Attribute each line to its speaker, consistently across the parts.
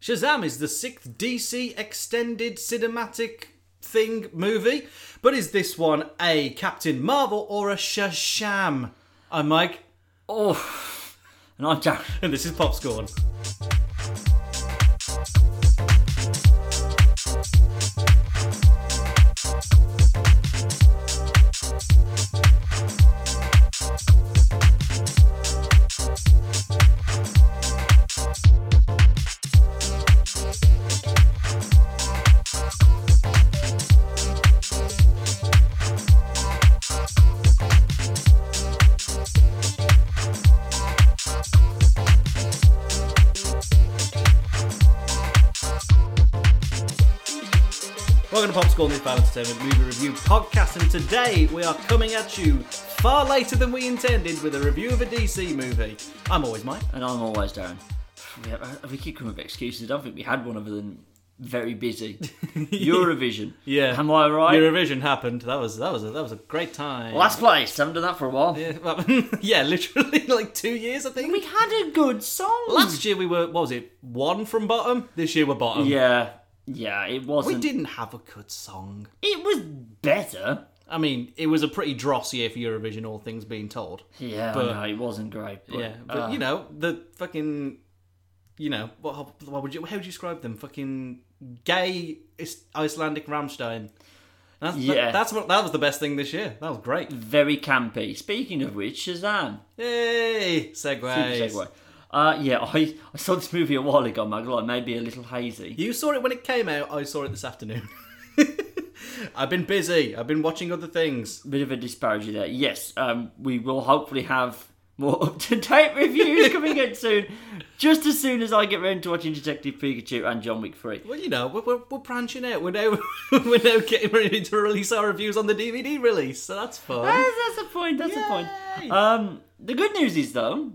Speaker 1: Shazam is the sixth DC extended cinematic thing movie, but is this one a Captain Marvel or a Shazam? I'm Mike,
Speaker 2: Oh, and I'm Jack.
Speaker 1: and this is Popscorn. Welcome to Popscorn, the Final Entertainment Movie Review Podcast, and today we are coming at you far later than we intended with a review of a DC movie. I'm always Mike.
Speaker 2: And I'm always Darren. We, have, uh, we keep coming up with excuses. I don't think we had one other than very busy. Eurovision.
Speaker 1: Yeah.
Speaker 2: Am I right?
Speaker 1: Eurovision happened. That was that was a, that was a great time.
Speaker 2: Last place. haven't done that for a while.
Speaker 1: yeah, well, yeah, literally like two years, I think.
Speaker 2: We had a good song.
Speaker 1: Last year we were what was it one from bottom. This year we're bottom.
Speaker 2: Yeah. Yeah, it
Speaker 1: we
Speaker 2: wasn't.
Speaker 1: didn't have a good song.
Speaker 2: It was better.
Speaker 1: I mean, it was a pretty dross year for Eurovision, all things being told.
Speaker 2: Yeah,
Speaker 1: But-
Speaker 2: but, no, it wasn't great. But,
Speaker 1: Yeah, but
Speaker 2: uh,
Speaker 1: you know the fucking, you know what? What would you? How would you describe them? Fucking gay Is- Icelandic Ramstein. That's,
Speaker 2: Yeah.
Speaker 1: that's what that was the best thing this year. That was great.
Speaker 2: very campy. Speaking of which, Shazam.
Speaker 1: Yay! Segways.
Speaker 2: Segue. Uh, yeah, I, I saw this movie a while ago. My God, maybe a little hazy.
Speaker 1: You saw it when it came out. I saw it this afternoon. I've been busy. I've been watching other things.
Speaker 2: bit of a disparity there. Yes, um, we will hopefully have more up to date reviews coming in soon. Just as soon as I get round to watching Detective Pikachu and John Wick 3.
Speaker 1: Well, you know, we're, we're, we're branching out. We're now we're now getting ready to release our reviews on the DVD release, so that's fun.
Speaker 2: That's, that's a point, Ah, that's a
Speaker 1: Yay!
Speaker 2: point. Um, the good news is, though,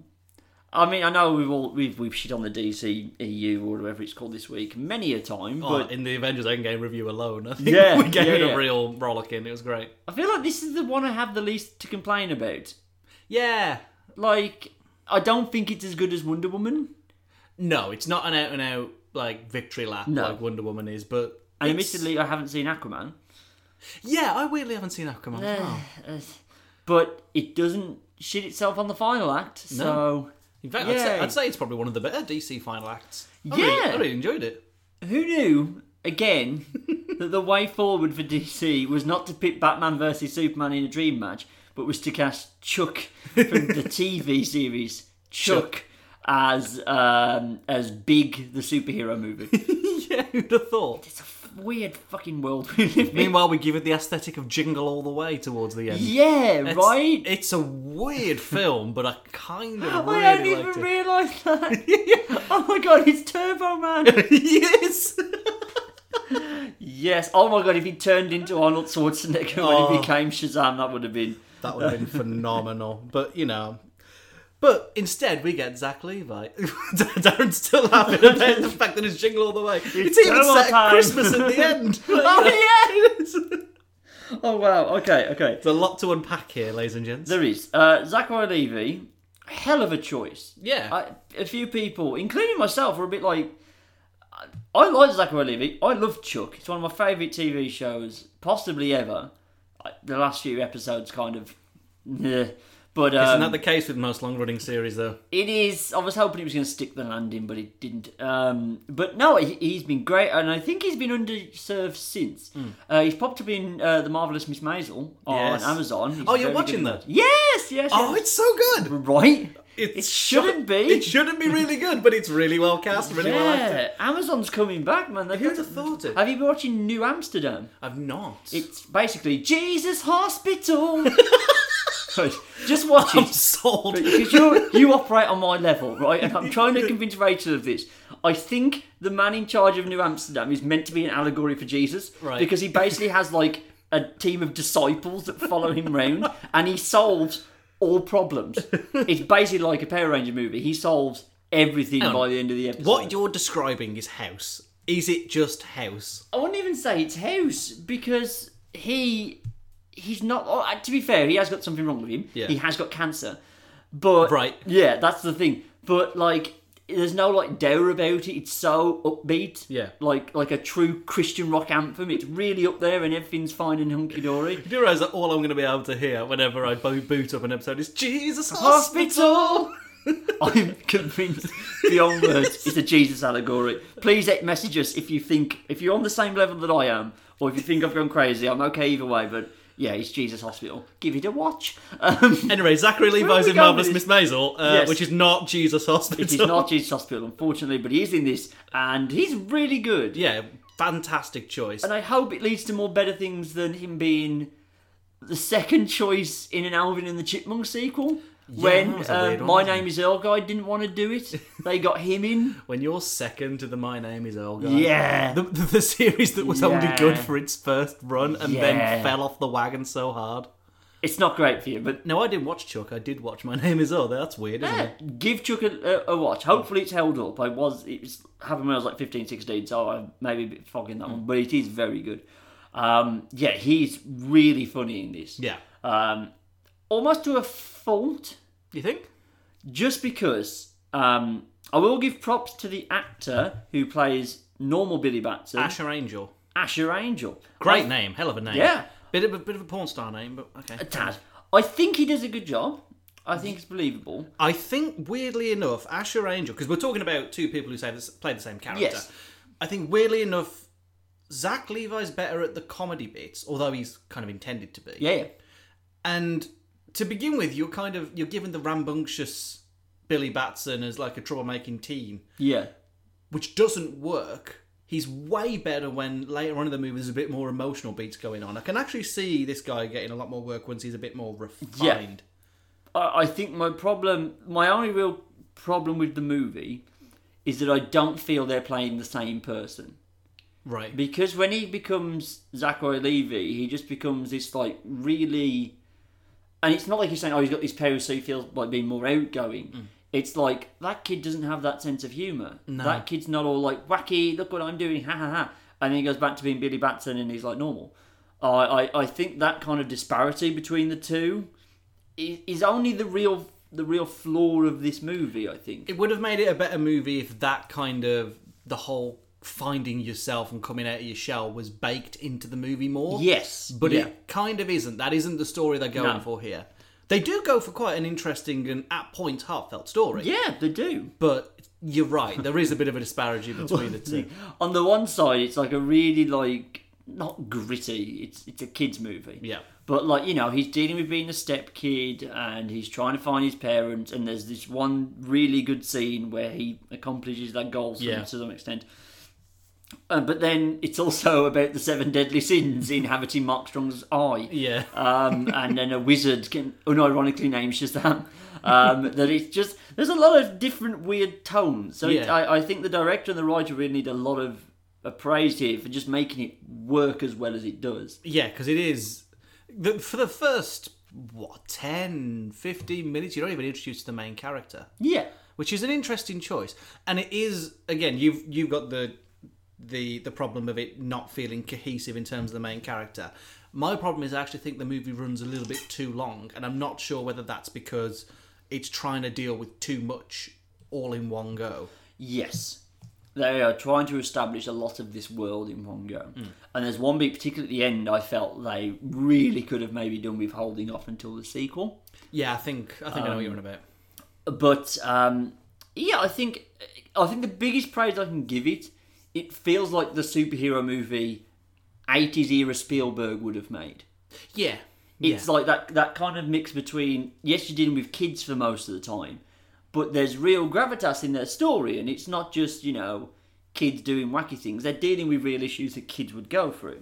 Speaker 2: I mean, I know we've all we've, we've shit on the DC EU or whatever it's called this week many a time,
Speaker 1: Oh,
Speaker 2: but
Speaker 1: in the Avengers Endgame review alone, I think
Speaker 2: Yeah,
Speaker 1: we gave
Speaker 2: yeah,
Speaker 1: it a
Speaker 2: yeah.
Speaker 1: real rollicking. It was great.
Speaker 2: I feel like this is the one I have the least to complain about.
Speaker 1: Yeah.
Speaker 2: Like, I don't think it's as good as Wonder Woman.
Speaker 1: No, it's not an out and out like victory lap
Speaker 2: No.
Speaker 1: like Wonder Woman is, but
Speaker 2: And
Speaker 1: it's-
Speaker 2: admittedly, I haven't seen Aquaman.
Speaker 1: yeah, I weirdly haven't seen Aquaman. as well.
Speaker 2: Oh. but it doesn't shit itself on the final act. So
Speaker 1: In fact, I'd say,
Speaker 2: Yay.
Speaker 1: I'd say it's probably one of the better DC final acts. I really-
Speaker 2: Yeah.
Speaker 1: I really enjoyed it.
Speaker 2: who knew again that the way forward for DC was not to pit Batman versus Superman in a dream match, but was to cast Chuck from the TV series Chuck. As um, as big the superhero movie,
Speaker 1: yeah, who'd have thought?
Speaker 2: it's a f- weird fucking world we live in.
Speaker 1: Meanwhile, we give it the aesthetic of Jingle all the way towards the end.
Speaker 2: Yeah,
Speaker 1: It's-
Speaker 2: right.
Speaker 1: It's a weird film, but I kind of
Speaker 2: I hadn't
Speaker 1: really
Speaker 2: even
Speaker 1: liked it.
Speaker 2: realised that. Oh my god, it's Turbo Man.
Speaker 1: yes.
Speaker 2: Yes. Oh my god, if he turned into Arnold Schwarzenegger when
Speaker 1: Oh.
Speaker 2: he became Shazam, that would have been.
Speaker 1: That would have been phenomenal. But you know, but instead we get Zach Levi. Darren's still laughing about the fact that it's jingle all the way. It's, even
Speaker 2: terrible
Speaker 1: set at
Speaker 2: time.
Speaker 1: Christmas at the end. oh yeah.
Speaker 2: Oh wow. Okay. Okay.
Speaker 1: There's a lot to unpack here, ladies and gents.
Speaker 2: There is uh, Zachary Levy. Hell of a choice.
Speaker 1: Yeah.
Speaker 2: I, a few people, including myself, were a bit like. I- I like Zachary Levy. I love Chuck. It's one of my favourite TV shows, possibly ever. I, the last few episodes, kind of. Meh. But um,
Speaker 1: Isn't that the case with most long-running series, though?
Speaker 2: It is. I was hoping it was going to stick the landing, but it didn't. Um, but no, he, he's been great, and I think he's been underserved since. Uh, he's popped up in uh, the marvelous Miss Maisel on
Speaker 1: Hmm. Yes.
Speaker 2: Amazon. He's
Speaker 1: Oh, you're
Speaker 2: very
Speaker 1: watching
Speaker 2: good.
Speaker 1: that?
Speaker 2: Yes, yes.
Speaker 1: Oh,
Speaker 2: yes.
Speaker 1: it's so good.
Speaker 2: right.
Speaker 1: It's
Speaker 2: It shouldn't be.
Speaker 1: It shouldn't be really good, but it's really well cast, really well acted.
Speaker 2: yeah, Amazon's coming back, man. They've
Speaker 1: Who'd
Speaker 2: got-
Speaker 1: have thought it?
Speaker 2: Have you been watching New Amsterdam?
Speaker 1: I've not.
Speaker 2: It's basically Jesus Hospital. Good. Just watch
Speaker 1: I'm
Speaker 2: it.
Speaker 1: sold.
Speaker 2: Because you you operate on my level, right? And I'm trying to convince Rachel of this. I think the man in charge of New Amsterdam is meant to be an allegory for Jesus,
Speaker 1: Right.
Speaker 2: Because he basically has like a team of disciples that follow him round, and he solves all problems. It's basically like a Power Ranger movie. He solves everything by the end of the episode.
Speaker 1: What you're describing is house. Is it just house?
Speaker 2: I wouldn't even say it's house because he he's not. oh, uh, To be fair, he has got something wrong with him.
Speaker 1: Yeah.
Speaker 2: He has got cancer, but
Speaker 1: Right.
Speaker 2: Yeah, that's the thing. But like, there's no like dour about it. It's so upbeat.
Speaker 1: Yeah.
Speaker 2: Like like a true Christian rock anthem. It's really up there and everything's fine and hunky dory.
Speaker 1: Do you realise that all I'm going to be able to hear whenever I bo- boot up an episode is Jesus
Speaker 2: Hospital. I'm convinced beyond words it's a Jesus allegory. Please eh, message us if you think if you're on the same level that I am, or if you think I've gone crazy. I'm okay either way, but yeah, it's Jesus Hospital. Give it a watch. Um,
Speaker 1: Anyway, Zachary Levi's
Speaker 2: we
Speaker 1: in
Speaker 2: going
Speaker 1: Marvelous
Speaker 2: with
Speaker 1: Miss
Speaker 2: this?
Speaker 1: Maisel, uh,
Speaker 2: Yes.
Speaker 1: which is not Jesus Hospital.
Speaker 2: it is not Jesus Hospital, unfortunately, but he is in this, and he's really good.
Speaker 1: Yeah, fantastic choice.
Speaker 2: And I hope it leads to more better things than him being the second choice in an Alvin and the Chipmunk sequel.
Speaker 1: that was
Speaker 2: when
Speaker 1: a weird
Speaker 2: um,
Speaker 1: one,
Speaker 2: My
Speaker 1: wasn't
Speaker 2: Name is Earl guy didn't want to do it, they got him in.
Speaker 1: When you're second to the My Name is Earl guy.
Speaker 2: Yeah.
Speaker 1: The, the, the series that was only
Speaker 2: Yeah.
Speaker 1: good for its first run and
Speaker 2: Yeah.
Speaker 1: then fell off the wagon so hard.
Speaker 2: It's not great for you, but
Speaker 1: No, I didn't watch Chuck. I did watch My Name is Earl. That's weird, isn't
Speaker 2: yeah,
Speaker 1: it?
Speaker 2: give Chuck a, a, a watch. Hopefully it's held up. I was it was happened when I was like 15, 16, so I maybe a bit fogging that one, but it is very good. Um, yeah, he's really funny in this.
Speaker 1: Yeah.
Speaker 2: Um, almost to a fault,
Speaker 1: You think?
Speaker 2: just because um, I will give props to the actor who plays normal Billy Batson,
Speaker 1: Asher Angel.
Speaker 2: Asher Angel.
Speaker 1: Great name. Hell of a name.
Speaker 2: Yeah.
Speaker 1: Bit of a, bit of a porn star name, but okay.
Speaker 2: A tad. I think he does a good job. I think it's believable.
Speaker 1: I think weirdly enough, Asher Angel, because we're talking about two people who say this, play the same character.
Speaker 2: Yes.
Speaker 1: I think weirdly enough, Zach Levi's better at the comedy bits, although he's kind of intended to be.
Speaker 2: Yeah, yeah.
Speaker 1: And to begin with, you're kind of you're given the rambunctious Billy Batson as like a troublemaking teen,
Speaker 2: yeah.
Speaker 1: which doesn't work. He's way better when later on in the movie there's a bit more emotional beats going on. I can actually see this guy getting a lot more work once he's a bit more refined.
Speaker 2: I I think my problem, my only real problem with the movie, is that I don't feel they're playing the same person.
Speaker 1: Right.
Speaker 2: Because when he becomes Zachary Levy, he just becomes this like really, and it's not like he's saying, "Oh, he's got these powers, so he feels like being more outgoing."
Speaker 1: Mm.
Speaker 2: It's like that kid doesn't have that sense of humor. That kid's not all like wacky. Look what I'm doing, ha ha ha. And then he goes back to being Billy Batson, and he's like normal. I I, I think that kind of disparity between the two i- is only the real the real flaw of this movie. I think.
Speaker 1: it would have made it a better movie if that kind of the whole finding yourself and coming out of your shell was baked into the movie more.
Speaker 2: yes,
Speaker 1: But
Speaker 2: yeah.
Speaker 1: it kind of isn't. That isn't the story they're going
Speaker 2: No.
Speaker 1: for here. They do go for quite an interesting and at points heartfelt story.
Speaker 2: yeah, they do.
Speaker 1: But you're right, there is a bit of a disparity between the two.
Speaker 2: on the one side it's like a really like not gritty it's it's a kids movie
Speaker 1: Yeah.
Speaker 2: but like you know he's dealing with being a step kid and he's trying to find his parents and there's this one really good scene where he accomplishes that goal some-
Speaker 1: Yeah.
Speaker 2: to some extent uh, but then it's also about the seven deadly sins inhabiting Mark Strong's eye
Speaker 1: Yeah.
Speaker 2: um, and then a wizard can oh, unironically name Shazam. Um, that it's just there's a lot of different weird tones. So it,
Speaker 1: Yeah.
Speaker 2: I, I think the director and the writer really need a lot of praise here for just making it work as well as it does.
Speaker 1: Yeah, because it is. The, for the first, what, 10, 15 minutes, you're not even introduced to the main character.
Speaker 2: Yeah,
Speaker 1: which is an interesting choice and it is again you've you've got the the the problem of it not feeling cohesive in terms of the main character my problem is i actually think the movie runs a little bit too long and i'm not sure whether that's because it's trying to deal with too much all in one go
Speaker 2: yes, they are trying to establish a lot of this world in one go. And there's one bit, particularly at the end, I felt they really could have maybe done with holding off until the sequel.
Speaker 1: yeah i think i think i know what you're on about
Speaker 2: but um, yeah, I think I think the biggest praise I can give it, it feels like the superhero movie, eighties era Spielberg would have made.
Speaker 1: yeah
Speaker 2: It's like that that kind of mix between yes, you're dealing with kids for most of the time, but there's real gravitas in their story, and it's not just you know kids doing wacky things. They're dealing with real issues that kids would go through.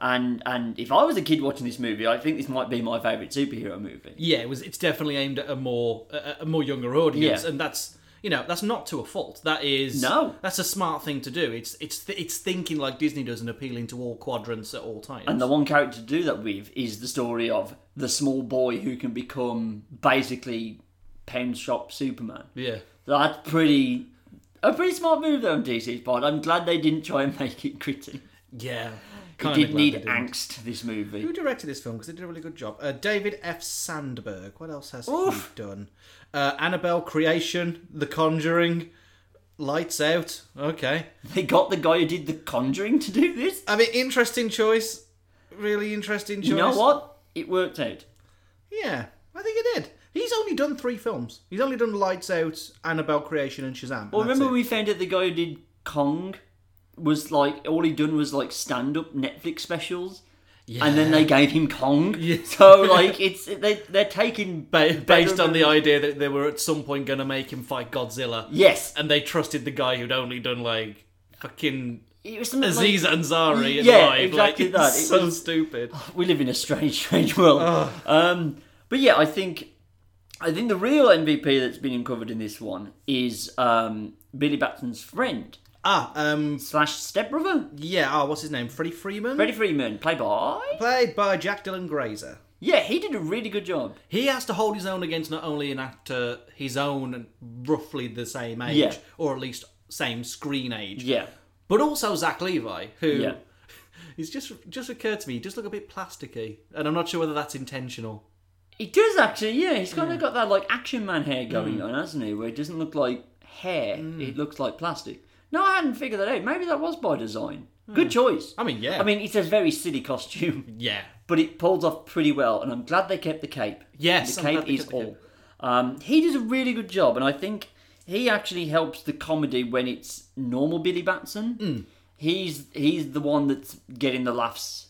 Speaker 2: And and if I was a kid watching this movie, I think this might be my favorite superhero movie.
Speaker 1: yeah it was it's definitely aimed at a more a, a more younger audience
Speaker 2: Yeah.
Speaker 1: and that's you know that's not to a fault that is
Speaker 2: No.
Speaker 1: that's a smart thing to do it's it's it's thinking like disney does and appealing to all quadrants at all times
Speaker 2: And the one character to do that with is the story of the small boy who can become basically pen shop Superman.
Speaker 1: yeah
Speaker 2: That's pretty a pretty smart move though on DC's part. I'm glad they didn't try and make it gritty.
Speaker 1: yeah
Speaker 2: It
Speaker 1: Kinda
Speaker 2: did
Speaker 1: glad
Speaker 2: need
Speaker 1: they didn't.
Speaker 2: angst this movie.
Speaker 1: who directed this film because they did a really good job uh, david f sandberg what else has
Speaker 2: Oof.
Speaker 1: he done uh, annabelle creation the conjuring Lights out. Okay.
Speaker 2: They got the guy who did The Conjuring to do this.
Speaker 1: I mean, interesting choice. Really interesting choice.
Speaker 2: You know what? It worked out.
Speaker 1: Yeah, I think it did. He's only done three films. He's only done Lights Out, Annabelle Creation, and Shazam. and
Speaker 2: Well,
Speaker 1: that's
Speaker 2: remember
Speaker 1: it.
Speaker 2: we found out the guy who did Kong was like all he done was like stand up Netflix specials, and then they gave him Kong.
Speaker 1: Yeah.
Speaker 2: So like it's they they're taking
Speaker 1: Ba- based
Speaker 2: better
Speaker 1: on the
Speaker 2: than-
Speaker 1: idea that they were at some point going to make him fight Godzilla,
Speaker 2: yes,
Speaker 1: and they trusted the guy who'd only done like fucking
Speaker 2: it was something like-
Speaker 1: Aziz Ansari in
Speaker 2: Yeah,
Speaker 1: live.
Speaker 2: exactly
Speaker 1: like,
Speaker 2: that.
Speaker 1: It's
Speaker 2: It
Speaker 1: so
Speaker 2: was-
Speaker 1: stupid.
Speaker 2: we live in a strange, strange world. Um, but yeah, I think I think the real MVP that's been uncovered in this one is um, Billy Batson's friend
Speaker 1: Ah, um,
Speaker 2: slash stepbrother,
Speaker 1: yeah. Ah, what's his name? Freddie Freeman,
Speaker 2: Freddie Freeman, played by
Speaker 1: played by Jack Dylan Grazer.
Speaker 2: yeah, he did a really good job.
Speaker 1: He has to hold his own against not only an actor his own and roughly the same age,
Speaker 2: Yeah.
Speaker 1: or at least same screen age,
Speaker 2: Yeah,
Speaker 1: but also Zach Levi, who is
Speaker 2: Yeah.
Speaker 1: just just occurred to me, he does look a bit plasticky, and I'm not sure whether that's intentional.
Speaker 2: he does actually. Yeah, Mm. he's kind of got that like action man hair going on, hasn't he? Where it doesn't look like hair; it looks like plastic. No, I hadn't figured that out. Maybe that was by design. Good choice.
Speaker 1: I mean, yeah,
Speaker 2: Hmm. I mean, it's a very silly costume.
Speaker 1: yeah,
Speaker 2: but it pulled off pretty well, and I'm glad they kept the cape.
Speaker 1: Yes,
Speaker 2: the
Speaker 1: I'm glad
Speaker 2: cape
Speaker 1: they
Speaker 2: is
Speaker 1: kept the
Speaker 2: all.
Speaker 1: cape.
Speaker 2: Um, he does a really good job, and I think he actually helps the comedy when it's normal Billy Batson.
Speaker 1: Hmm.
Speaker 2: He's he's the one that's getting the laughs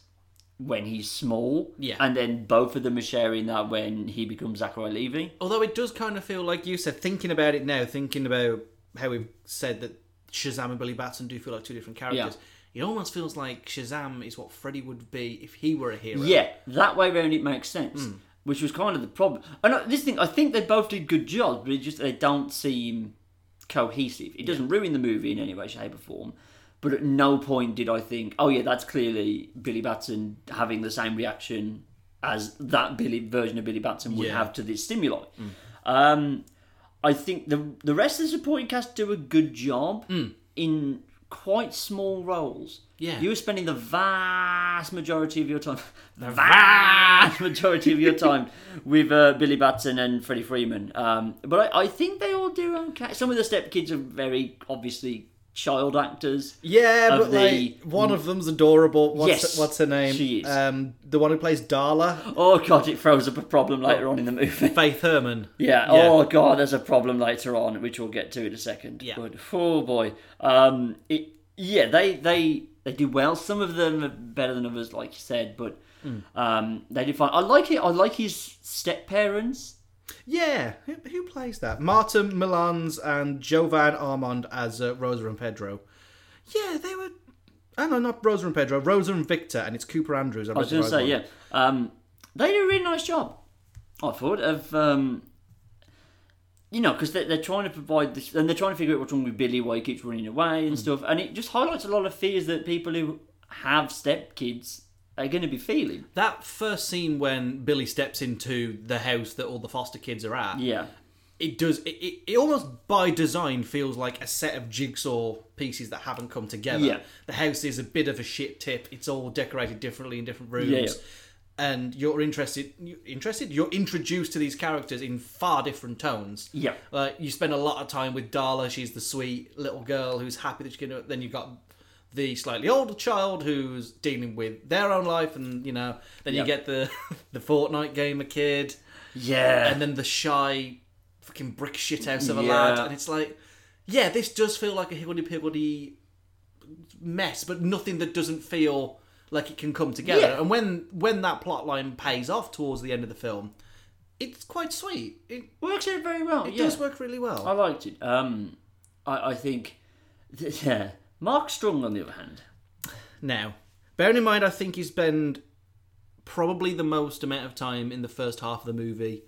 Speaker 2: when he's small,
Speaker 1: Yeah.
Speaker 2: and then both of them are sharing that when he becomes Zachary Levy.
Speaker 1: Although it does kind of feel like you said, thinking about it now, thinking about how we've said that Shazam and Billy Batson do feel like two different characters. It almost feels like Shazam is what Freddy would be if he were a hero.
Speaker 2: Yeah, that way round it makes sense, which was kind of the problem. And I- this thing, I think they both did good jobs, but it just they don't seem cohesive. It doesn't ruin the movie in any way, shape, or form. But at no point did I think, oh yeah, that's clearly Billy Batson having the same reaction as that Billy version of Billy Batson would
Speaker 1: Yeah.
Speaker 2: have to this stimuli. Um, I think the the rest of the supporting cast do a good job in quite small roles.
Speaker 1: Yeah.
Speaker 2: you were spending the vast majority of your time, the vast majority of your time with uh, Billy Batson and Freddie Freeman. Um, but I, I think they all do okay. Some of the step kids are very obviously child actors.
Speaker 1: Yeah,
Speaker 2: Of
Speaker 1: but
Speaker 2: the-
Speaker 1: like one of them's adorable. What's,
Speaker 2: Yes,
Speaker 1: what's her name?
Speaker 2: she is.
Speaker 1: Um, the one who plays Darla,
Speaker 2: Oh god, it throws up a problem later on in the movie.
Speaker 1: Faith Herman.
Speaker 2: Yeah.
Speaker 1: Yeah.
Speaker 2: Oh god, there's a problem later on, which we'll get to in a second.
Speaker 1: Yeah.
Speaker 2: But oh boy, um, it, yeah, they they they do well. Some of them are better than others, like you said, but
Speaker 1: Hmm.
Speaker 2: um, they do fine. I like it. I like his step parents.
Speaker 1: Yeah, who, who plays that? Martin Milans and Jovan Armand as uh, Rosa and Pedro. Yeah, they were. Oh no, not Rosa and Pedro. Rosa and Victor, and it's Cooper Andrews. I
Speaker 2: I was going to say, yeah, um, they do a really nice job. I thought of um, you know because they're, they're trying to provide this, and they're trying to figure out what's wrong with Billy, why he keeps running away
Speaker 1: Hmm.
Speaker 2: and stuff, and it just highlights a lot of fears that people who have step kids are going to be feeling.
Speaker 1: That first scene when Billy steps into the house that all the foster kids are at,
Speaker 2: Yeah.
Speaker 1: it does. It, it, it almost by design feels like a set of jigsaw pieces that haven't come together.
Speaker 2: Yeah.
Speaker 1: The house is a bit of a shit tip. It's all decorated differently in different rooms.
Speaker 2: Yeah, yeah.
Speaker 1: And you're interested, you interested. You're introduced to these characters in far different tones.
Speaker 2: Yeah.
Speaker 1: Like you spend a lot of time with Darla. She's the sweet little girl who's happy that she can. do it. Then you've got the slightly older child who's dealing with their own life, and you know. Then
Speaker 2: Yeah.
Speaker 1: you get the the Fortnite gamer kid
Speaker 2: Yeah.
Speaker 1: and then the shy fucking brick shithouse of a
Speaker 2: Yeah.
Speaker 1: lad and it's like yeah this does feel like a higgledy piggledy mess but nothing that doesn't feel like it can come together
Speaker 2: Yeah.
Speaker 1: and when when that plot line pays off towards the end of the film it's quite sweet it,
Speaker 2: works out very well.
Speaker 1: it
Speaker 2: yeah.
Speaker 1: does work really well
Speaker 2: I liked it. Um, I, I think, yeah. Mark Strong, on the other hand,
Speaker 1: now bearing in mind i think you spend probably the most amount of time in the first half of the movie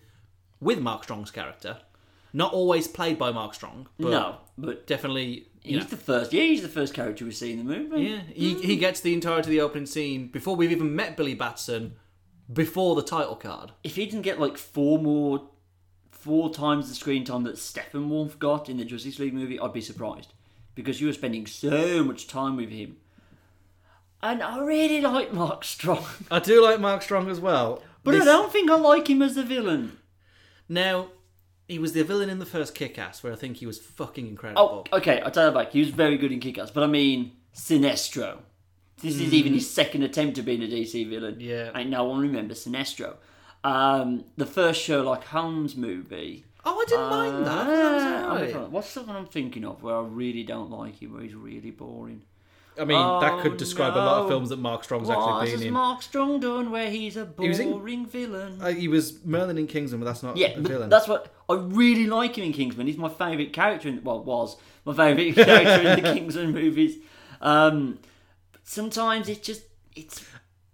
Speaker 1: with mark strong's character not always played by mark strong but
Speaker 2: no, but
Speaker 1: definitely you
Speaker 2: he's
Speaker 1: know,
Speaker 2: the first. Yeah, he's the first character we see in the movie.
Speaker 1: Yeah, he,
Speaker 2: Mm-hmm.
Speaker 1: he gets the entirety of the opening scene before we've even met Billy Batson, before the title card.
Speaker 2: If he didn't get like four more, four times the screen time that Steppenwolf got in the Justice League movie, I'd be surprised because you were spending so much time with him. And I really like Mark Strong,
Speaker 1: I do like Mark Strong as well,
Speaker 2: but I don't think I like him as the villain.
Speaker 1: now He was the villain in the first Kick Ass, where I think he was fucking
Speaker 2: Oh,
Speaker 1: incredible.
Speaker 2: okay. I tell you back. He was very good in Kick-Ass, but I mean Sinestro. This is even his second attempt at being a DC villain.
Speaker 1: Yeah.
Speaker 2: and no one remembers Sinestro. Um, the first Sherlock Holmes movie.
Speaker 1: Oh, I didn't mind that.
Speaker 2: Uh,
Speaker 1: that
Speaker 2: I'm
Speaker 1: was
Speaker 2: trying-
Speaker 1: alright.
Speaker 2: What's the one I'm thinking of where I really don't like him, where he's really boring?
Speaker 1: I mean, that
Speaker 2: Oh,
Speaker 1: could describe a lot
Speaker 2: no.
Speaker 1: of films that Mark Strong's
Speaker 2: What
Speaker 1: actually been
Speaker 2: has
Speaker 1: in.
Speaker 2: Mark Strong done where he's a
Speaker 1: was in-
Speaker 2: boring villain?
Speaker 1: Uh, he was Merlin in Kingsman, but that's not
Speaker 2: yeah,
Speaker 1: a
Speaker 2: but
Speaker 1: villain.
Speaker 2: that's what I really like him in Kingsman. He's my favourite character in well was my favourite character in the Kingsman movies. Um, but sometimes it just it's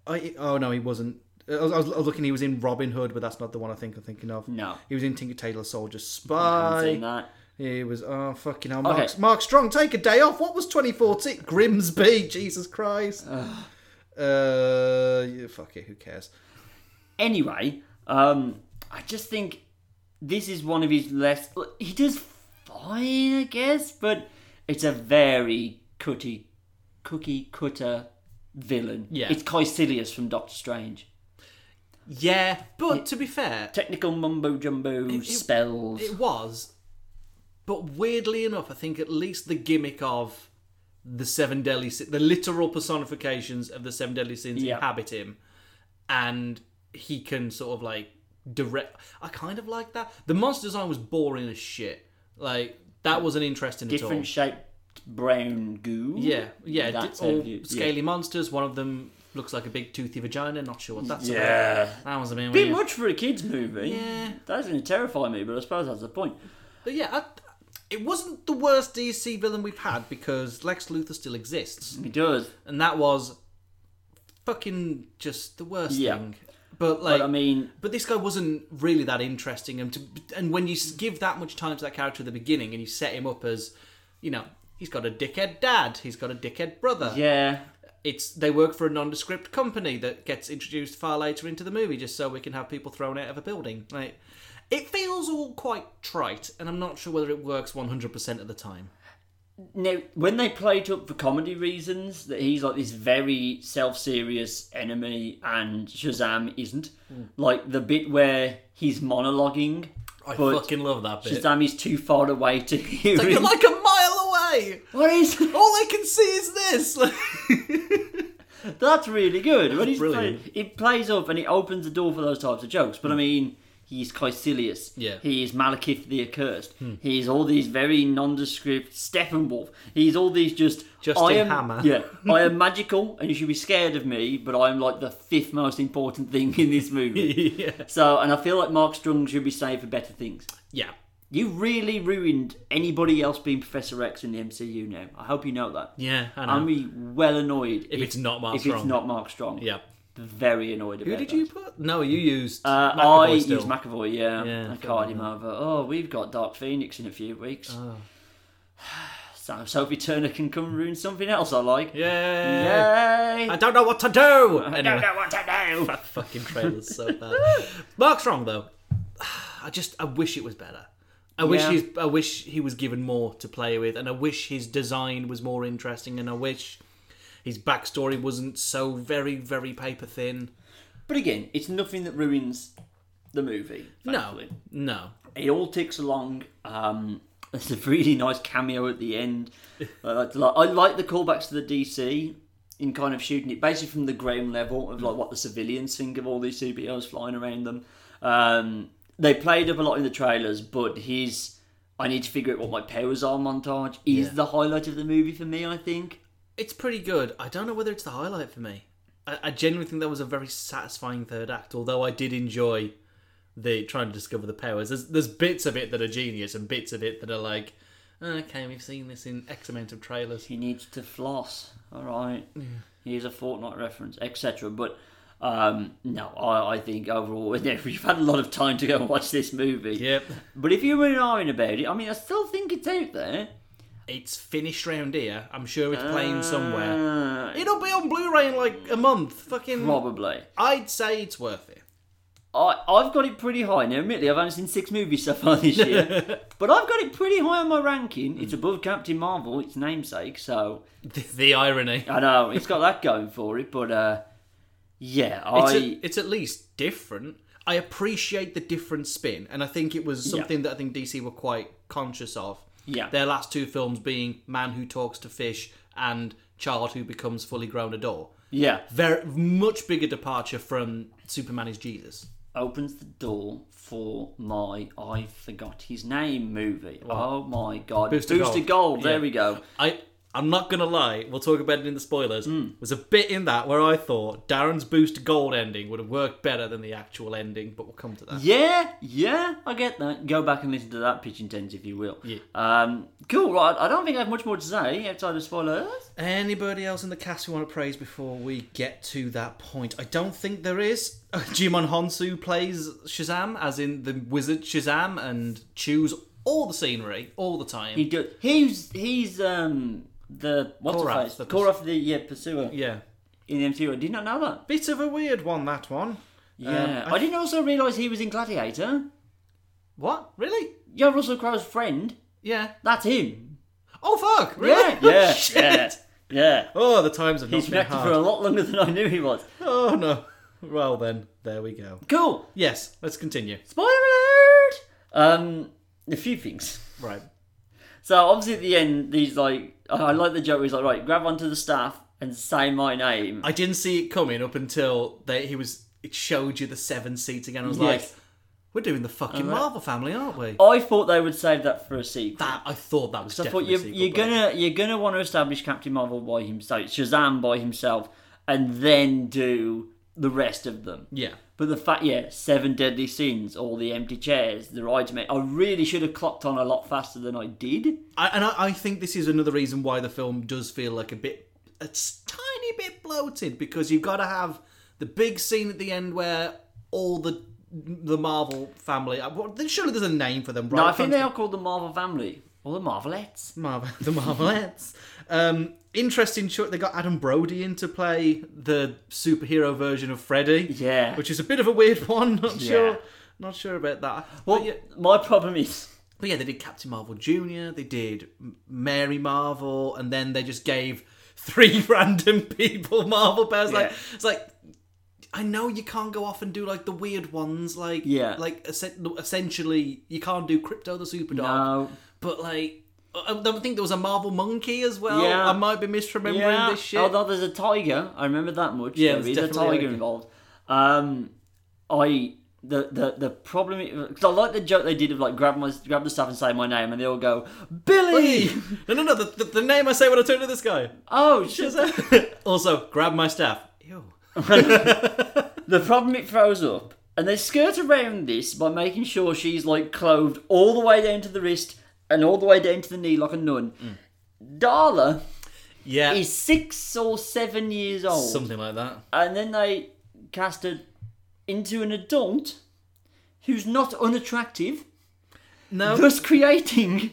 Speaker 1: I, oh no, he wasn't. I was, I was looking. He was in Robin Hood, but that's not the one I think I'm thinking of.
Speaker 2: no.
Speaker 1: He was in Tinker Tailor Soldier
Speaker 2: I haven't seen
Speaker 1: Spy.
Speaker 2: that.
Speaker 1: He was oh fucking hell.
Speaker 2: Okay.
Speaker 1: Mark, Mark Strong, take a day off. What was 2014? Grimsby, Jesus Christ. Uh, yeah, fuck it. Who cares?
Speaker 2: Anyway, um, I just think this is one of his less. He does fine, I guess, but it's a very cutty, cookie cutter villain.
Speaker 1: Yeah.
Speaker 2: it's Caecilius from Doctor Strange.
Speaker 1: Yeah, but to be fair,
Speaker 2: Technical mumbo jumbo spells.
Speaker 1: It was, but weirdly enough, I think at least the gimmick of the seven deadly, si- the literal personifications of the seven deadly sins
Speaker 2: Yeah.
Speaker 1: inhabit him, and he can sort of like direct. I kind of like that. The monster design was boring as shit. Like that wasn't interesting at all.
Speaker 2: different shaped brown goo. uh,
Speaker 1: yeah, yeah.
Speaker 2: That's
Speaker 1: di- all
Speaker 2: how you-
Speaker 1: scaly monsters. One of them looks like a big toothy vagina. Not sure what that's
Speaker 2: Yeah.
Speaker 1: about.
Speaker 2: yeah.
Speaker 1: That was a bit
Speaker 2: Bit
Speaker 1: weird.
Speaker 2: much for a kids' movie.
Speaker 1: Yeah.
Speaker 2: That doesn't terrify me, but I suppose that's the point.
Speaker 1: But yeah, I, it wasn't the worst DC villain we've had because Lex Luthor still exists,
Speaker 2: He does.
Speaker 1: and that was fucking just the worst
Speaker 2: Yeah.
Speaker 1: thing. But like,
Speaker 2: But I mean,
Speaker 1: but this guy wasn't really that interesting, and to, and when you s- give that much time to that character at the beginning, and you set him up as, you know, he's got a dickhead dad, he's got a dickhead brother.
Speaker 2: yeah.
Speaker 1: It's they work for a nondescript company that gets introduced far later into the movie, just so we can have people thrown out of a building. Like, it feels all quite trite, and I'm not sure whether it works 100% of the time.
Speaker 2: Now, when they played up for comedy reasons that he's like this very self-serious enemy, and Shazam isn't,
Speaker 1: Hmm.
Speaker 2: like the bit where he's monologuing,
Speaker 1: I
Speaker 2: But-
Speaker 1: fucking love that bit.
Speaker 2: Shazam is too far away to hear
Speaker 1: Like, you're
Speaker 2: him.
Speaker 1: like a mile away.
Speaker 2: what is?
Speaker 1: All I can see is this.
Speaker 2: That's really good. When he's
Speaker 1: brilliant. Hmm.
Speaker 2: Playing, it plays up and it opens the door for those types of jokes. But I mean, he's Caecilius.
Speaker 1: Yeah. Hmm.
Speaker 2: He is Malekith the Accursed. He's all these very nondescript Steppenwolf. He's all these just.
Speaker 1: Justin
Speaker 2: I am,
Speaker 1: Hammer.
Speaker 2: Yeah. I am magical and you should be scared of me, but I'm like the fifth most important thing in this movie.
Speaker 1: yeah.
Speaker 2: So, and I feel like Mark Strong should be saved for better things.
Speaker 1: yeah.
Speaker 2: You really ruined anybody else being Professor X in the MCU now. I hope you know that.
Speaker 1: Yeah, I know.
Speaker 2: I'm really well annoyed
Speaker 1: if it's not Mark
Speaker 2: if
Speaker 1: Strong.
Speaker 2: it's not Mark Strong.
Speaker 1: Yeah.
Speaker 2: Very annoyed about
Speaker 1: Who did
Speaker 2: that.
Speaker 1: you put? No, you used.
Speaker 2: Uh,
Speaker 1: McAvoy
Speaker 2: I
Speaker 1: still.
Speaker 2: used McAvoy, yeah.
Speaker 1: Yeah,
Speaker 2: I
Speaker 1: I thought
Speaker 2: carded him over. Oh, we've got Dark Phoenix in a few weeks.
Speaker 1: Oh.
Speaker 2: So Sophie Turner can come ruin something else I like.
Speaker 1: Yeah.
Speaker 2: Yay!
Speaker 1: I don't know what to do. Anyway.
Speaker 2: I don't know what to do.
Speaker 1: That fucking trailer's so bad. Mark's wrong though. I just I wish it was better. I wish
Speaker 2: Yeah.
Speaker 1: his, I wish he was given more to play with, and I wish his design was more interesting, and I wish his backstory wasn't so very very paper thin.
Speaker 2: But again, it's nothing that ruins the movie. Thankfully.
Speaker 1: No,
Speaker 2: it all ticks along. Um, there's a really nice cameo at the end. Uh, I like, to like, I like the callbacks to the DC in kind of shooting it basically from the ground level of like what the civilians think of all these superheroes flying around them. Um, they played up a lot in the trailers, but his I need to figure out what my powers are montage is
Speaker 1: Yeah.
Speaker 2: the highlight of the movie for me, I think.
Speaker 1: it's pretty good. I don't know whether it's the highlight for me. I, I genuinely think that was a very satisfying third act. Although I did enjoy the trying to discover the powers. There's there's bits of it that are genius, and bits of it that are like, okay, we've seen this in X amount of trailers.
Speaker 2: He needs to floss. All right. Here's a Fortnite reference, etc. But um, no, I, I think overall, we've had a lot of time to go and watch this movie.
Speaker 1: Yep.
Speaker 2: But if you were in about it, I mean, I still think it's out there.
Speaker 1: It's finished round here. I'm sure it's playing somewhere.
Speaker 2: Uh,
Speaker 1: It'll be on Blu-ray in like a month. Fucking,
Speaker 2: probably.
Speaker 1: I'd say it's worth it.
Speaker 2: I, I've got it pretty high. Now, admittedly, I've only seen six movies so far this year. but I've got it pretty high on my ranking.
Speaker 1: Hmm.
Speaker 2: It's above Captain Marvel, its namesake, so
Speaker 1: The, the irony.
Speaker 2: I know it's got that going for it. But uh, yeah, I.
Speaker 1: It's, a- it's at least different. I- I appreciate the different spin, and I think it was something that I think DC were quite conscious of.
Speaker 2: Yeah.
Speaker 1: Their last two films being Man Who Talks to Fish and Child Who Becomes Fully Grown Adore.
Speaker 2: Yeah.
Speaker 1: Very much bigger departure from Superman is Jesus.
Speaker 2: opens the door for my I forgot his name movie. Oh my god.
Speaker 1: Booster Gold.
Speaker 2: There
Speaker 1: Yeah.
Speaker 2: we go.
Speaker 1: I I'm not gonna lie, we'll talk about it in the spoilers. There's a bit in that where I thought Darren's boost gold ending would have worked better than the actual ending, but we'll come to that.
Speaker 2: Yeah, yeah, I get that. Go back and listen to that pitch intent if you will. Yeah. Um cool, right. I don't think I have much more to say outside of spoilers.
Speaker 1: Anybody else in the cast we want to praise before we get to that point? I don't think there is. Jimon Honsu plays Shazam, as in the wizard Shazam, and chews all the scenery all the time.
Speaker 2: He do- he's he's um the what's
Speaker 1: Korath,
Speaker 2: the
Speaker 1: the
Speaker 2: face? Korath the yeah, pursuer
Speaker 1: yeah.
Speaker 2: in the MCU. I did not know that.
Speaker 1: Bit of a weird one, that one. Um,
Speaker 2: Yeah. I didn't also realise he was in Gladiator.
Speaker 1: What? Really?
Speaker 2: Yeah, Russell Crowe's friend.
Speaker 1: Yeah.
Speaker 2: That's him.
Speaker 1: Oh, fuck! Really? Oh,
Speaker 2: Yeah, yeah,
Speaker 1: Shit.
Speaker 2: yeah. Yeah.
Speaker 1: Oh, the times have not
Speaker 2: He's been
Speaker 1: been
Speaker 2: acting for
Speaker 1: hard.
Speaker 2: a lot longer than I knew he was.
Speaker 1: Oh, no. Well, then, there we go.
Speaker 2: Cool.
Speaker 1: Yes, let's continue.
Speaker 2: Spoiler alert. Um, a few things.
Speaker 1: Right.
Speaker 2: So obviously at the end, he's like, I I like the joke. where He's like, right, grab onto the staff and say my name.
Speaker 1: I didn't see it coming up until they, he was. It showed you the seven seats again. I was
Speaker 2: Yes.
Speaker 1: like, we're doing the fucking Marvel family, aren't we?
Speaker 2: I thought they would save that for a sequel.
Speaker 1: That I thought that was.
Speaker 2: I thought
Speaker 1: definitely
Speaker 2: you,
Speaker 1: a sequel,
Speaker 2: you're
Speaker 1: but-
Speaker 2: gonna you're gonna want to establish Captain Marvel by himself, Shazam by himself, and then do the rest of them.
Speaker 1: Yeah.
Speaker 2: But the fact, yeah, seven deadly sins, all the empty chairs, the ride mate. I really should have clocked on a lot faster than I did.
Speaker 1: I, and I, I think this is another reason why the film does feel like a bit, a s- tiny bit bloated because you've got to have the big scene at the end where all the the Marvel family. uh, Well, there- surely there's a name for them, right?
Speaker 2: No, I think they are called the Marvel family or the Marvelettes.
Speaker 1: Marvel, the Marvelettes. um, interesting choice. They got Adam Brody in to play the superhero version of Freddy.
Speaker 2: Yeah.
Speaker 1: which is a bit of a weird one. Not
Speaker 2: Yeah.
Speaker 1: sure. Not sure about that. Well, but Oh, yeah,
Speaker 2: My problem is,
Speaker 1: but yeah, they did Captain Marvel Junior. They did M- Mary Marvel, and then they just gave three random people Marvel powers. Like
Speaker 2: Yeah.
Speaker 1: it's like. I know you can't go off and do like the weird ones, like
Speaker 2: Yeah.
Speaker 1: like essen- essentially you can't do Crypto the Superdog,
Speaker 2: no,
Speaker 1: but like, I don't think there was a Marvel monkey as well.
Speaker 2: Yeah.
Speaker 1: I might be misremembering
Speaker 2: yeah.
Speaker 1: this shit.
Speaker 2: Although there's a tiger, I remember that much.
Speaker 1: Yeah,
Speaker 2: there
Speaker 1: there's
Speaker 2: is a
Speaker 1: definitely a
Speaker 2: tiger
Speaker 1: tiger.
Speaker 2: involved. Um, I the the the problem because I like the joke they did of like grab my grab the stuff and say my name, and they all go Billy.
Speaker 1: Hey! no, no, no. The, the, the name I say when I turn to this guy.
Speaker 2: Oh, shit.
Speaker 1: also, grab my staff. Ew.
Speaker 2: The problem it throws up, and they skirt around this by making sure she's like clothed all the way down to the wrist and all the way down to the knee like a nun.
Speaker 1: Mm.
Speaker 2: Darla
Speaker 1: Yeah,
Speaker 2: is six or seven years old,
Speaker 1: something like that.
Speaker 2: and then they cast her into an adult who's not unattractive,
Speaker 1: No,
Speaker 2: thus creating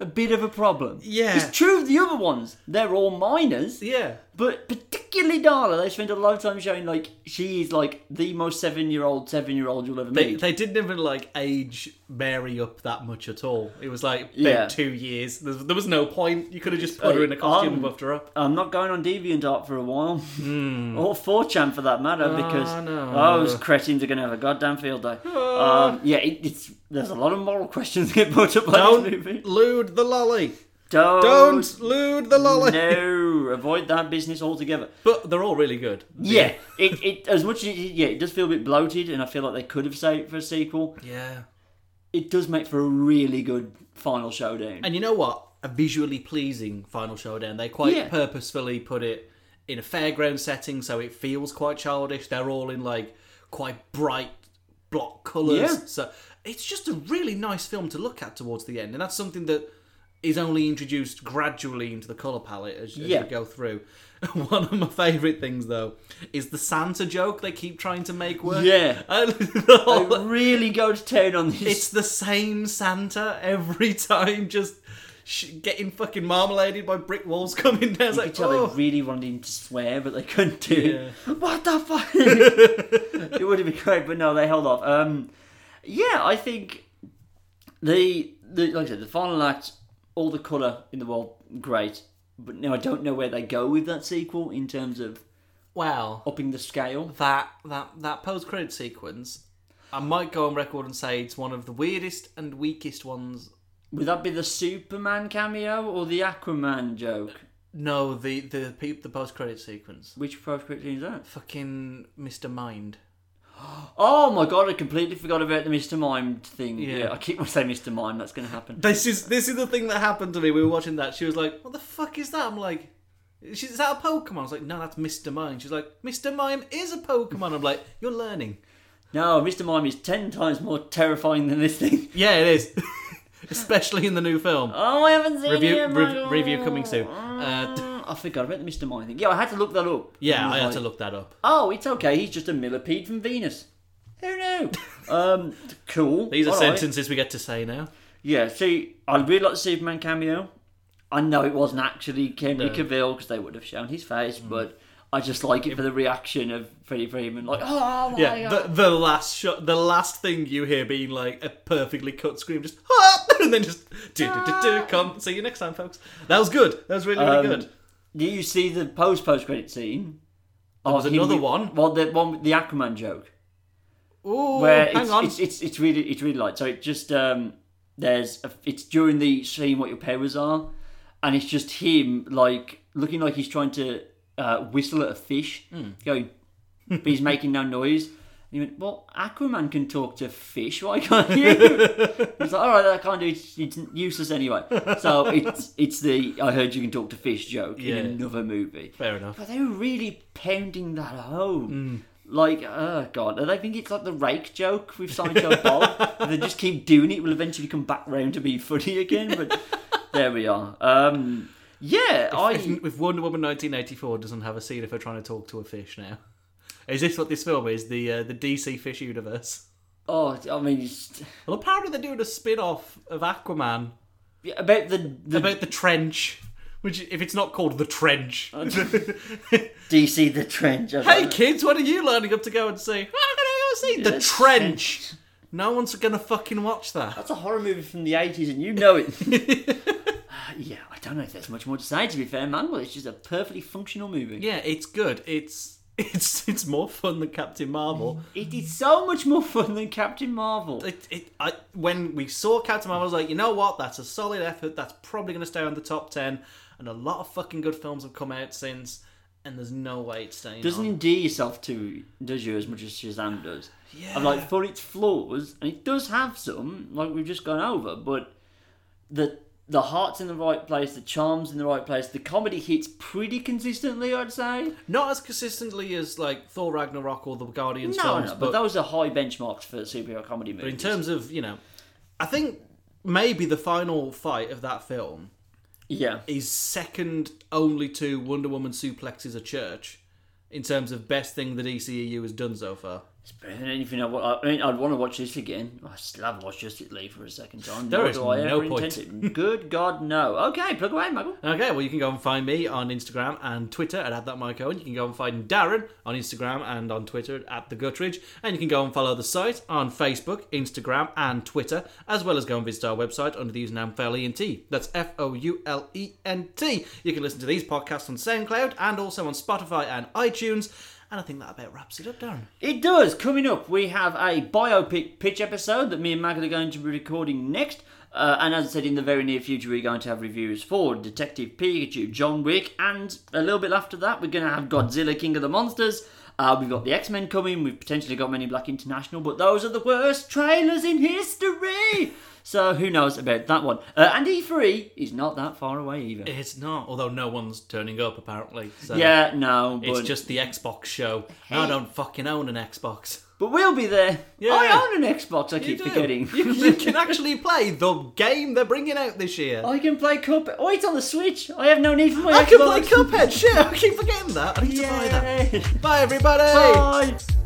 Speaker 2: a bit of a problem.
Speaker 1: Yeah.
Speaker 2: It's true of the other ones, they're all minors.
Speaker 1: yeah,
Speaker 2: But particularly Darla, they spend a lot of time showing like she is like the most seven-year-old seven-year-old you'll ever
Speaker 1: they,
Speaker 2: meet.
Speaker 1: they didn't even like age Mary up that much at all. It was like about
Speaker 2: Yeah.
Speaker 1: two years. There, there was no point. You could have just put her in a costume and
Speaker 2: um,
Speaker 1: buffed her up.
Speaker 2: I'm not going on DeviantArt for a while, or 4chan for that matter, because
Speaker 1: Hmm. Ah,
Speaker 2: oh,
Speaker 1: no. Ah.
Speaker 2: those cretins are going to have a goddamn field day. Um, yeah, it, it's there's a lot of moral questions get brought up by this movie.
Speaker 1: Don't lewd the lolly.
Speaker 2: Don't,
Speaker 1: Don't lewd the lolly.
Speaker 2: no, avoid that business altogether.
Speaker 1: But they're all really good.
Speaker 2: Yeah, it, it as much as it, yeah, it does feel a bit bloated, and I feel like they could have saved it for a sequel.
Speaker 1: Yeah.
Speaker 2: It does make for a really good final showdown.
Speaker 1: And you know what? A visually pleasing final showdown. They quite
Speaker 2: Yeah.
Speaker 1: purposefully put it in a fairground setting, so it feels quite childish. They're all in like quite bright block colours.
Speaker 2: Yeah.
Speaker 1: So it's just a really nice film to look at towards the end, and that's something that is only introduced gradually into the colour palette as, as
Speaker 2: Yeah.
Speaker 1: you go through. One of my favourite things, though, is the Santa joke they keep trying to make work.
Speaker 2: Yeah.
Speaker 1: I- the
Speaker 2: I
Speaker 1: whole-
Speaker 2: really go to town on this.
Speaker 1: it's the same Santa every time, just sh- getting fucking marmaladed by brick walls coming down. It's
Speaker 2: You
Speaker 1: like,
Speaker 2: could tell
Speaker 1: oh,
Speaker 2: they really wanted him to swear, but they couldn't do it. What the fuck? it would have been great, but no, they held off. Um, yeah, I think the, the like I said, the final act, all the colour in the world, great. But now I don't know where they go with that sequel in terms of
Speaker 1: wow.
Speaker 2: upping the scale.
Speaker 1: That that that post credit sequence. I might go on record and say it's one of the weirdest and weakest ones.
Speaker 2: Would that be the Superman cameo or the Aquaman joke?
Speaker 1: No, the the pe- the post credit sequence.
Speaker 2: Which perfect is that?
Speaker 1: Fucking Mr. Mind.
Speaker 2: Oh my god, I completely forgot about the Mr. Mime thing.
Speaker 1: Yeah.
Speaker 2: Yeah, I keep on saying Mr. Mime, that's going to happen.
Speaker 1: This is this is the thing that happened to me. We were watching that. She was like, "What the fuck is that?" I'm like, "Is is that a Pokemon?" I was like, "No, that's Mr. Mime." She's like, "Mr. Mime is a Pokemon." I'm like, "You're learning."
Speaker 2: No, Mr. Mime is 10 times more terrifying than this thing.
Speaker 1: Yeah, it is. Especially in the new film.
Speaker 2: Oh, I haven't seen
Speaker 1: Review-
Speaker 2: it. yet,
Speaker 1: rev-
Speaker 2: Michael.
Speaker 1: review coming soon.
Speaker 2: Mm, I forgot about the Mr. Mime thing. Yeah, I had to look that up.
Speaker 1: Yeah,
Speaker 2: was
Speaker 1: I had
Speaker 2: like,
Speaker 1: to look that up.
Speaker 2: Oh, it's okay. He's just a millipede from Venus. Who knew? um, cool.
Speaker 1: These are
Speaker 2: All right.
Speaker 1: sentences we get to say now.
Speaker 2: Yeah, see, I really like the Superman cameo. I know it wasn't actually Henry Cavill because they would have shown his face,
Speaker 1: Mm.
Speaker 2: but I just like it for the reaction of Freddie Freeman, like, oh my
Speaker 1: Yeah,
Speaker 2: god.
Speaker 1: the, the last shot, the last thing you hear being like a perfectly cut scream, just "Ah!" and then just do do do
Speaker 2: Ah.
Speaker 1: do. Come, see you next time, folks. That was good. That was really really
Speaker 2: Um,
Speaker 1: good.
Speaker 2: Do you see the post post credit scene? There
Speaker 1: was another one.
Speaker 2: Well, the one with the Aquaman joke.
Speaker 1: Ooh,
Speaker 2: where
Speaker 1: Oh, hang
Speaker 2: it's,
Speaker 1: on.
Speaker 2: It's, it's it's really it's really light. So it just um there's a, it's during the seeing what your powers are, and it's just him like looking like he's trying to uh, whistle at a fish,
Speaker 1: Hmm.
Speaker 2: going, but he's making no noise. And he went, well, Aquaman can talk to fish. Why can't you? He's like, all right, I can't do it. It's, it's useless anyway. So it's it's the I heard you can talk to fish joke
Speaker 1: Yeah.
Speaker 2: in another movie.
Speaker 1: Fair enough.
Speaker 2: But they were really pounding that home.
Speaker 1: Mm.
Speaker 2: Like, oh god, and I think it's like the rake joke with Sideshow Bob. If they just keep doing it, it will eventually come back round to be funny again. But there we are. Um, yeah, I
Speaker 1: If, if Wonder Woman 1984 doesn't have a scene if her trying to talk to a fish now, is this what this film is? The uh, the DC fish universe.
Speaker 2: oh, I mean, it's-
Speaker 1: Well, apparently they're doing a spin off of Aquaman
Speaker 2: yeah, about the, the
Speaker 1: about the trench, which if it's not called the trench.
Speaker 2: DC the trench. I
Speaker 1: Hey
Speaker 2: Oh, don't-
Speaker 1: kids, what are you lining up to go and see? I'm gonna go see the
Speaker 2: Yeah,
Speaker 1: trench. No one's gonna fucking watch that.
Speaker 2: That's a horror movie from the 80s, and you know it. yeah, I don't know if there's much more to say, to be fair, man. Well, it's just a perfectly functional movie.
Speaker 1: Yeah, it's good. It's it's it's more fun than Captain Marvel.
Speaker 2: It is so much more fun than Captain Marvel.
Speaker 1: It, it I, when we saw Captain Marvel, I was like, you know what? That's a solid effort. That's probably gonna stay on the top ten. And a lot of fucking good films have come out since. And there's no way it's staying.
Speaker 2: doesn't
Speaker 1: on.
Speaker 2: endear yourself to does you as much as Shazam does.
Speaker 1: Yeah.
Speaker 2: I'm like for its flaws, and it does have some, like we've just gone over, but the the heart's in the right place, the charm's in the right place, the comedy hits pretty consistently, I'd say.
Speaker 1: not as consistently as like Thor Ragnarok or the Guardians
Speaker 2: No,
Speaker 1: films,
Speaker 2: no, but those are high benchmarks for superhero comedy
Speaker 1: But
Speaker 2: movies.
Speaker 1: in terms of, you know, I think maybe the final fight of that film
Speaker 2: yeah,
Speaker 1: is second only to Wonder Woman suplexes a church in terms of best thing the DCEU has done so far.
Speaker 2: it's better than anything I want. I mean, I'd want to watch this again. I still haven't watched Justice League for a second time.
Speaker 1: There
Speaker 2: nor
Speaker 1: is
Speaker 2: do I
Speaker 1: no
Speaker 2: ever
Speaker 1: point.
Speaker 2: intend to. Good God, no. Okay, plug away, Michael.
Speaker 1: Okay, well, you can go and find me on Instagram and Twitter at that Mike Owen. You can go and find Darren on Instagram and on Twitter at the Guttridge. And you can go and follow the site on Facebook, Instagram, and Twitter, as well as go and visit our website under the username FoulENT. That's F O U L E N T. You can listen to these podcasts on SoundCloud and also on Spotify and iTunes. And I think that about wraps it up, Darren.
Speaker 2: It does. Coming up, we have a biopic pitch episode that me and Michael are going to be recording next. Uh, and as I said, in the very near future, we're going to have reviews for Detective Pikachu, John Wick, and a little bit after that, we're going to have Godzilla, King of the Monsters. Uh, we've got the X Men coming. We've potentially got Men in Black International, but those are the worst trailers in history. so who knows about that one? Uh, and E3 is not that far away either.
Speaker 1: It's not, although no one's turning up apparently. So
Speaker 2: Yeah, no, but
Speaker 1: It's just the Xbox show. I don't fucking own an Xbox.
Speaker 2: but we'll be there.
Speaker 1: Yeah.
Speaker 2: I own an Xbox. I keep
Speaker 1: do.
Speaker 2: forgetting.
Speaker 1: You, you can actually play the game they're bringing out this year.
Speaker 2: I can play Cuphead. Oh, it's on the Switch. I have no need for my
Speaker 1: I can play
Speaker 2: Xbox.
Speaker 1: Cuphead. Shit, I keep forgetting that. I need to buy that.
Speaker 2: Yay.
Speaker 1: Bye, everybody.
Speaker 2: Bye.